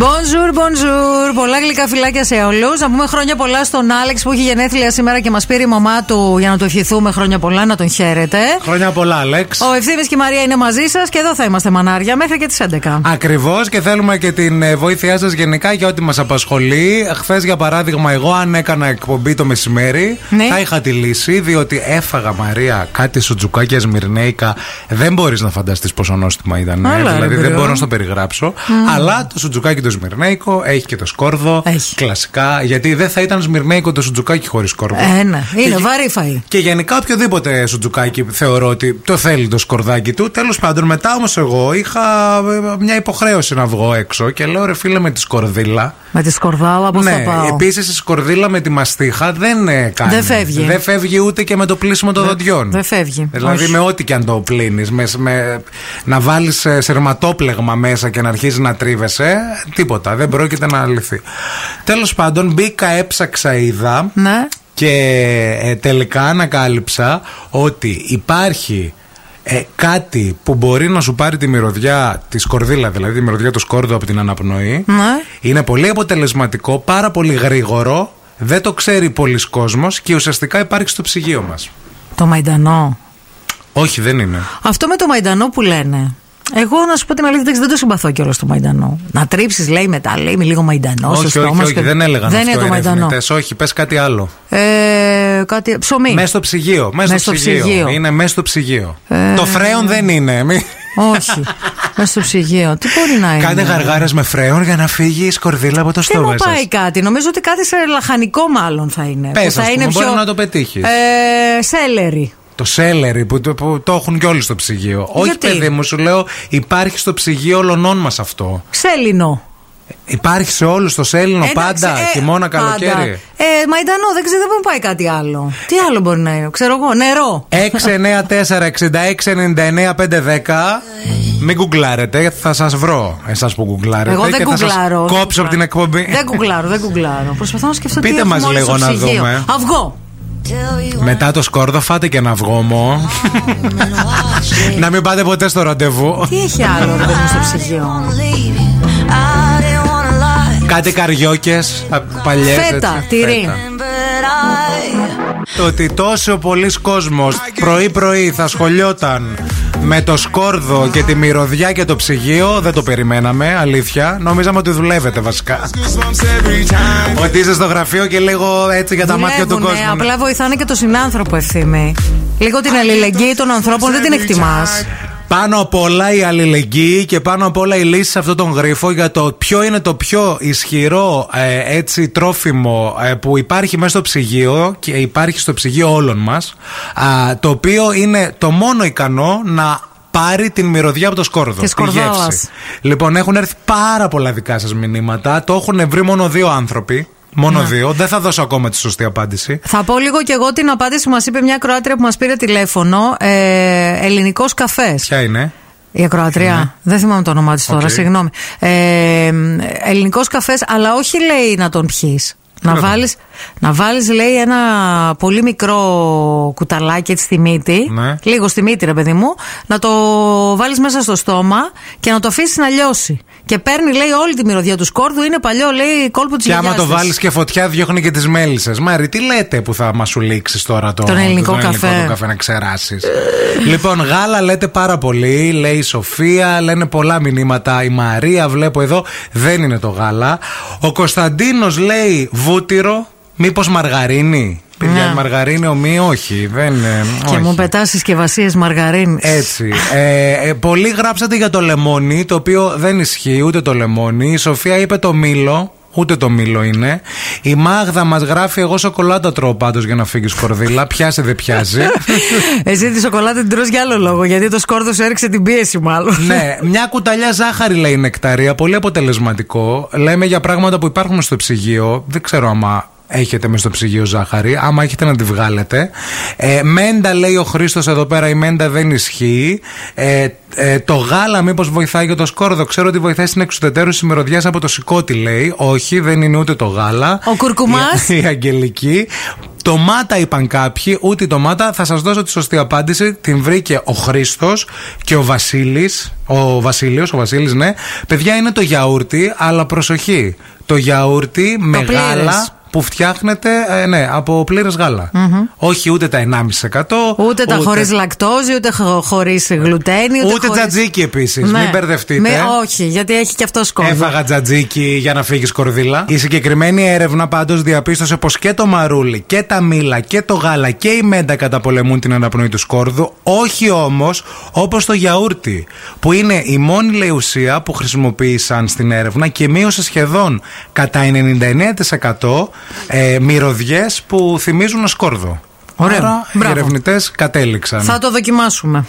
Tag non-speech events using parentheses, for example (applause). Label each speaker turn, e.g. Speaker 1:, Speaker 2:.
Speaker 1: Bonjour, bonjour. Πολλά γλυκά φυλάκια σε όλους. Να πούμε χρόνια πολλά στον Άλεξ που έχει γενέθλια σήμερα και μας πήρε η μαμά του για να το ευχηθούμε χρόνια πολλά, να τον χαίρετε.
Speaker 2: Χρόνια πολλά, Άλεξ.
Speaker 1: Ο Ευθύνη και η Μαρία είναι μαζί σας και εδώ θα είμαστε μανάρια μέχρι και τις 11.
Speaker 2: Ακριβώς και θέλουμε και την ε, βοήθειά σας γενικά για ό,τι μας απασχολεί. Χθες, για παράδειγμα, εγώ αν έκανα εκπομπή το μεσημέρι,
Speaker 1: Ναι.
Speaker 2: θα είχα τη λύση, διότι έφαγα Μαρία κάτι σου τζουκάκια σμυρνέικα. Δεν μπορείς να φανταστείς πόσο νόστιμα ήταν. ε.
Speaker 1: Άλλα, ρε,
Speaker 2: δηλαδή, δεν
Speaker 1: παιδιά.
Speaker 2: μπορώ να στο περιγράψω. Αλλά το σουτζουκάκι το σμυρνέικο έχει και το σκόρδο.
Speaker 1: Έχει.
Speaker 2: Κλασικά. Γιατί δεν θα ήταν σμυρνέικο το σουτζουκάκι χωρίς σκόρδο.
Speaker 1: Ε, ναι. Είναι
Speaker 2: Και-
Speaker 1: βαρύ φαΐ.
Speaker 2: Και γενικά οποιοδήποτε σουτζουκάκι θεωρώ ότι το θέλει το σκορδάκι του. Τέλος πάντων, μετά όμως εγώ είχα ε, μια υποχρέωση να βγω έξω και λέω ρε φίλε με τη σκορδίλα.
Speaker 1: Με τη σκορδάλα πώ
Speaker 2: Ναι,
Speaker 1: θα πάω.
Speaker 2: επίσης η σκορδίλα με τη μαστίχα δεν ε, κάνει.
Speaker 1: Δεν φεύγει.
Speaker 2: Δεν φεύγει ούτε και με το πλήσιμο των δοντιών.
Speaker 1: δεν φεύγει.
Speaker 2: Δηλαδή
Speaker 1: Όχι.
Speaker 2: με ό,τι και αν το πλύνεις. Με, με- να βάλεις σερματόπλεγμα μέσα και να αρχίζει να τρίβεσαι. Τίποτα. Δεν πρόκειται να λυθεί. Τέλος πάντων, μπήκα, έψαξα, είδα.
Speaker 1: Ναι.
Speaker 2: Και ε, τελικά ανακάλυψα ότι υπάρχει ε, κάτι που μπορεί να σου πάρει τη μυρωδιά της σκορδίλα, δηλαδή τη μυρωδιά του σκόρδου από την αναπνοή.
Speaker 1: Ναι.
Speaker 2: Είναι πολύ αποτελεσματικό, πάρα πολύ γρήγορο, δεν το ξέρει πολλοί κόσμος και ουσιαστικά υπάρχει στο ψυγείο μας.
Speaker 1: Το μαϊντανό.
Speaker 2: Όχι, δεν είναι.
Speaker 1: Αυτό με το μαϊντανό που λένε. Εγώ να σου πω την αλήθεια, εντάξει, δεν το συμπαθώ κιόλας το μαϊντανό. Να τρίψεις, λέει μετά, λέει με λίγο μαϊντανό στο
Speaker 2: όχι,
Speaker 1: στόμα
Speaker 2: όχι,
Speaker 1: σου
Speaker 2: όχι,
Speaker 1: και-
Speaker 2: δεν έλεγαν
Speaker 1: Δεν
Speaker 2: αυτό
Speaker 1: είναι το
Speaker 2: οι
Speaker 1: μαϊντανό.
Speaker 2: ερευνητές. Όχι, πες κάτι άλλο.
Speaker 1: Ε, κάτι, ψωμί.
Speaker 2: Μέσα στο ψυγείο. Μέσα στο ψυγείο. Είναι μέσα στο ψυγείο.
Speaker 1: Ε.
Speaker 2: Το φρέον δεν είναι. Μη-
Speaker 1: Όχι. Μέσα στο ψυγείο. Τι μπορεί να είναι.
Speaker 2: Κάντε γαργάρες με φρέον για να φύγεις η σκορδίλα από το
Speaker 1: Δεν μου
Speaker 2: στόμα
Speaker 1: πάει
Speaker 2: σας. ότι
Speaker 1: κάτι. Νομίζω ότι κάτι σε λαχανικό μάλλον θα είναι.
Speaker 2: Πες,
Speaker 1: Που θα
Speaker 2: ας πούμε,
Speaker 1: είναι
Speaker 2: μπορεί να το πετύχεις.
Speaker 1: Ε, σέλερι.
Speaker 2: Το σέλερι που, το- που το έχουν κι όλοι στο ψυγείο. Όχι,
Speaker 1: Γιατί?
Speaker 2: παιδί μου, σου λέω υπάρχει στο ψυγείο όλων μας αυτό.
Speaker 1: Ξέλινο.
Speaker 2: Υπάρχει σε όλους το σέλινο
Speaker 1: Εντάξει,
Speaker 2: πάντα,
Speaker 1: ε,
Speaker 2: χειμώνα,
Speaker 1: πάντα.
Speaker 2: καλοκαίρι.
Speaker 1: Ε, μαϊντανό, δεν ξέρω, δεν μου πάει κάτι άλλο. Τι άλλο μπορεί να είναι, ξέρω εγώ. Νερό.
Speaker 2: 694-6699-510 Μην γκουγκλάρετε, θα σας βρω. Εσάς που γκουγκλάρετε.
Speaker 1: Εγώ δεν
Speaker 2: και θα σας
Speaker 1: κουκλάρω. δεν
Speaker 2: Κόψω από την
Speaker 1: κουκλάρω.
Speaker 2: εκπομπή.
Speaker 1: Δεν κουκλάρω, δεν κουκλάρω. Προσπαθώ να σκεφτώ
Speaker 2: Πείτε
Speaker 1: τι έχουμε
Speaker 2: μας
Speaker 1: όλοι
Speaker 2: λίγο
Speaker 1: στο
Speaker 2: να
Speaker 1: ψυγείο.
Speaker 2: δούμε.
Speaker 1: Αυγό.
Speaker 2: Μετά το σκόρδο, φάτε και ένα αυγόμο.
Speaker 1: ναι.
Speaker 2: να μην πάτε ποτέ στο ραντεβού.
Speaker 1: Τι έχει άλλο ρε παιδί μου, στο ψυγείο.
Speaker 2: Κάτι καριόκες παλιές.
Speaker 1: Φέτα, τυρί.
Speaker 2: Το ότι τόσο πολλοί κόσμος πρωί-πρωί θα σχολιόταν με το σκόρδο και τη μυρωδιά και το ψυγείο δεν το περιμέναμε, αλήθεια. Νόμιζαμε ότι δουλεύετε βασικά. ότι είσαι στο γραφείο και λίγο έτσι για τα μάτια του
Speaker 1: Δουλεύουνε,
Speaker 2: κόσμου. ναι.
Speaker 1: Απλά βοηθάνε και τον συνάνθρωπο ευθύμη. Λίγο την αλληλεγγύη των ανθρώπων δεν την εκτιμά.
Speaker 2: Πάνω απ' όλα η αλληλεγγύη και πάνω απ' όλα η λύση σε αυτόν τον γρίφο για το ποιο είναι το πιο ισχυρό ε, έτσι τρόφιμο ε, που υπάρχει μέσα στο ψυγείο και υπάρχει στο ψυγείο όλων μας α, το οποίο είναι το μόνο ικανό να πάρει την μυρωδιά από το σκόρδο.
Speaker 1: Της
Speaker 2: τη
Speaker 1: σκορδάλας.
Speaker 2: γεύση. Λοιπόν, έχουν έρθει πάρα πολλά δικά σας μηνύματα. Το έχουν βρει μόνο δύο άνθρωποι. Μόνο δύο. Δεν θα δώσω ακόμα τη σωστή απάντηση.
Speaker 1: Θα πω λίγο και εγώ την απάντηση που μας είπε μια Κροάτρια που μας πήρε τηλέφωνο. Ε, Ελληνικός καφές.
Speaker 2: Ποια είναι.
Speaker 1: Η ακροατρία. Δεν θυμάμαι το όνομά της τώρα,
Speaker 2: Ναι. Οκ.
Speaker 1: συγγνώμη. Ε, Ελληνικός καφές, αλλά όχι λέει να τον πιεις. Να
Speaker 2: να τον-
Speaker 1: βάλεις, να βάλεις λέει ένα πολύ μικρό κουταλάκι έτσι στη μύτη
Speaker 2: Ναι.
Speaker 1: Λίγο στη μύτη ρε παιδί μου Να το βάλεις μέσα στο στόμα Και να το αφήσεις να λιώσει Και παίρνει λέει όλη τη μυρωδιά του σκόρδου Είναι παλιό λέει κόλπο της
Speaker 2: Και άμα
Speaker 1: γιαγιάς
Speaker 2: το
Speaker 1: της.
Speaker 2: βάλεις και φωτιά, διώχνει και τις μέλισσες. Μάρι, τι λέτε που θα μας σου λήξεις τώρα το,
Speaker 1: Τον ελληνικό καφέ.
Speaker 2: τον καφέ να ξεράσεις. λοιπόν, γάλα λέτε πάρα πολύ. Λέει η Σοφία, λένε πολλά μηνύματα. Η Μαρία, βλέπω εδώ, δεν είναι το γάλα. Ο Κωνσταντίνος λέει βούτυρο. Μήπως μαργαρίνη. Παιδιά, η μαργαρίνη ομοίη, όχι. Δεν, ε,
Speaker 1: Ναι. Και
Speaker 2: όχι.
Speaker 1: μου πετάς συσκευασίες μαργαρίνης
Speaker 2: Έτσι. Ε, ε, πολλοί γράψατε για το λεμόνι, το οποίο δεν ισχύει ούτε το λεμόνι. Η Σοφία είπε το μήλο. Ούτε το μήλο είναι. Η Μάγδα μας γράφει: Εγώ σοκολάτα τρώω πάντως για να φύγει κορδίλα. Πιάσει, δεν πιάζει.
Speaker 1: (laughs) Εσύ τη σοκολάτα την τρως για άλλο λόγο Γιατί το σκόρδο σου έριξε την πίεση μάλλον
Speaker 2: ναι, μια κουταλιά ζάχαρη λέει νεκταρία. Πολύ αποτελεσματικό. Λέμε για πράγματα που υπάρχουν στο ψυγείο. Δεν ξέρω άμα έχετε μες στο ψυγείο ζάχαρη. Άμα έχετε να τη βγάλετε. Ε, μέντα λέει ο Χρήστος εδώ πέρα. Η μέντα δεν ισχύει. Ε, ε, το γάλα μήπως βοηθάει για το σκόρδο. Ξέρω ότι βοηθάει στην εξουδετερώση μυρωδιά από το σηκώτη λέει. Όχι, δεν είναι ούτε το γάλα. (laughs)
Speaker 1: Ο κουρκουμάς.
Speaker 2: Η, η Αγγελική. Τομάτα είπαν κάποιοι, ούτε τομάτα. Θα σας δώσω τη σωστή απάντηση. Την βρήκε ο Χρήστος και ο Βασίλης. Ο Βασίλειος, ο Βασίλης, ναι. Παιδιά είναι το γιαούρτι, αλλά προσοχή. Το γιαούρτι με γάλα
Speaker 1: πλήρες.
Speaker 2: που φτιάχνεται ε, ναι, από πλήρες Όχι ούτε τα 1,5%.
Speaker 1: Ούτε τα χωρίς λακτόζη, ούτε χωρί γλουτένι. Ούτε,
Speaker 2: Ούτε,
Speaker 1: χωρίς-
Speaker 2: τζατζίκι επίσης.
Speaker 1: Ναι.
Speaker 2: Μην μπερδευτείτε.
Speaker 1: Με- όχι, γιατί έχει και αυτό σκόρδο.
Speaker 2: Έφαγα τζατζίκι για να φύγεις κορδίλα. Η συγκεκριμένη έρευνα πάντως διαπίστωσε πως και το μαρούλι και τα μήλα και το γάλα και η μέντα καταπολεμούν την αναπνοή του σκόρδου. Όχι όμως όπως το γιαούρτι, που είναι η μόνη λέει ουσία που χρησιμοποίησαν στην έρευνα και μείωσε σχεδόν κατά 99% ε, μυρωδιές που θυμίζουν σκόρδο.
Speaker 1: Ωραίο.
Speaker 2: Άρα οι
Speaker 1: Μπράβο.
Speaker 2: ερευνητές κατέληξαν.
Speaker 1: Θα το δοκιμάσουμε.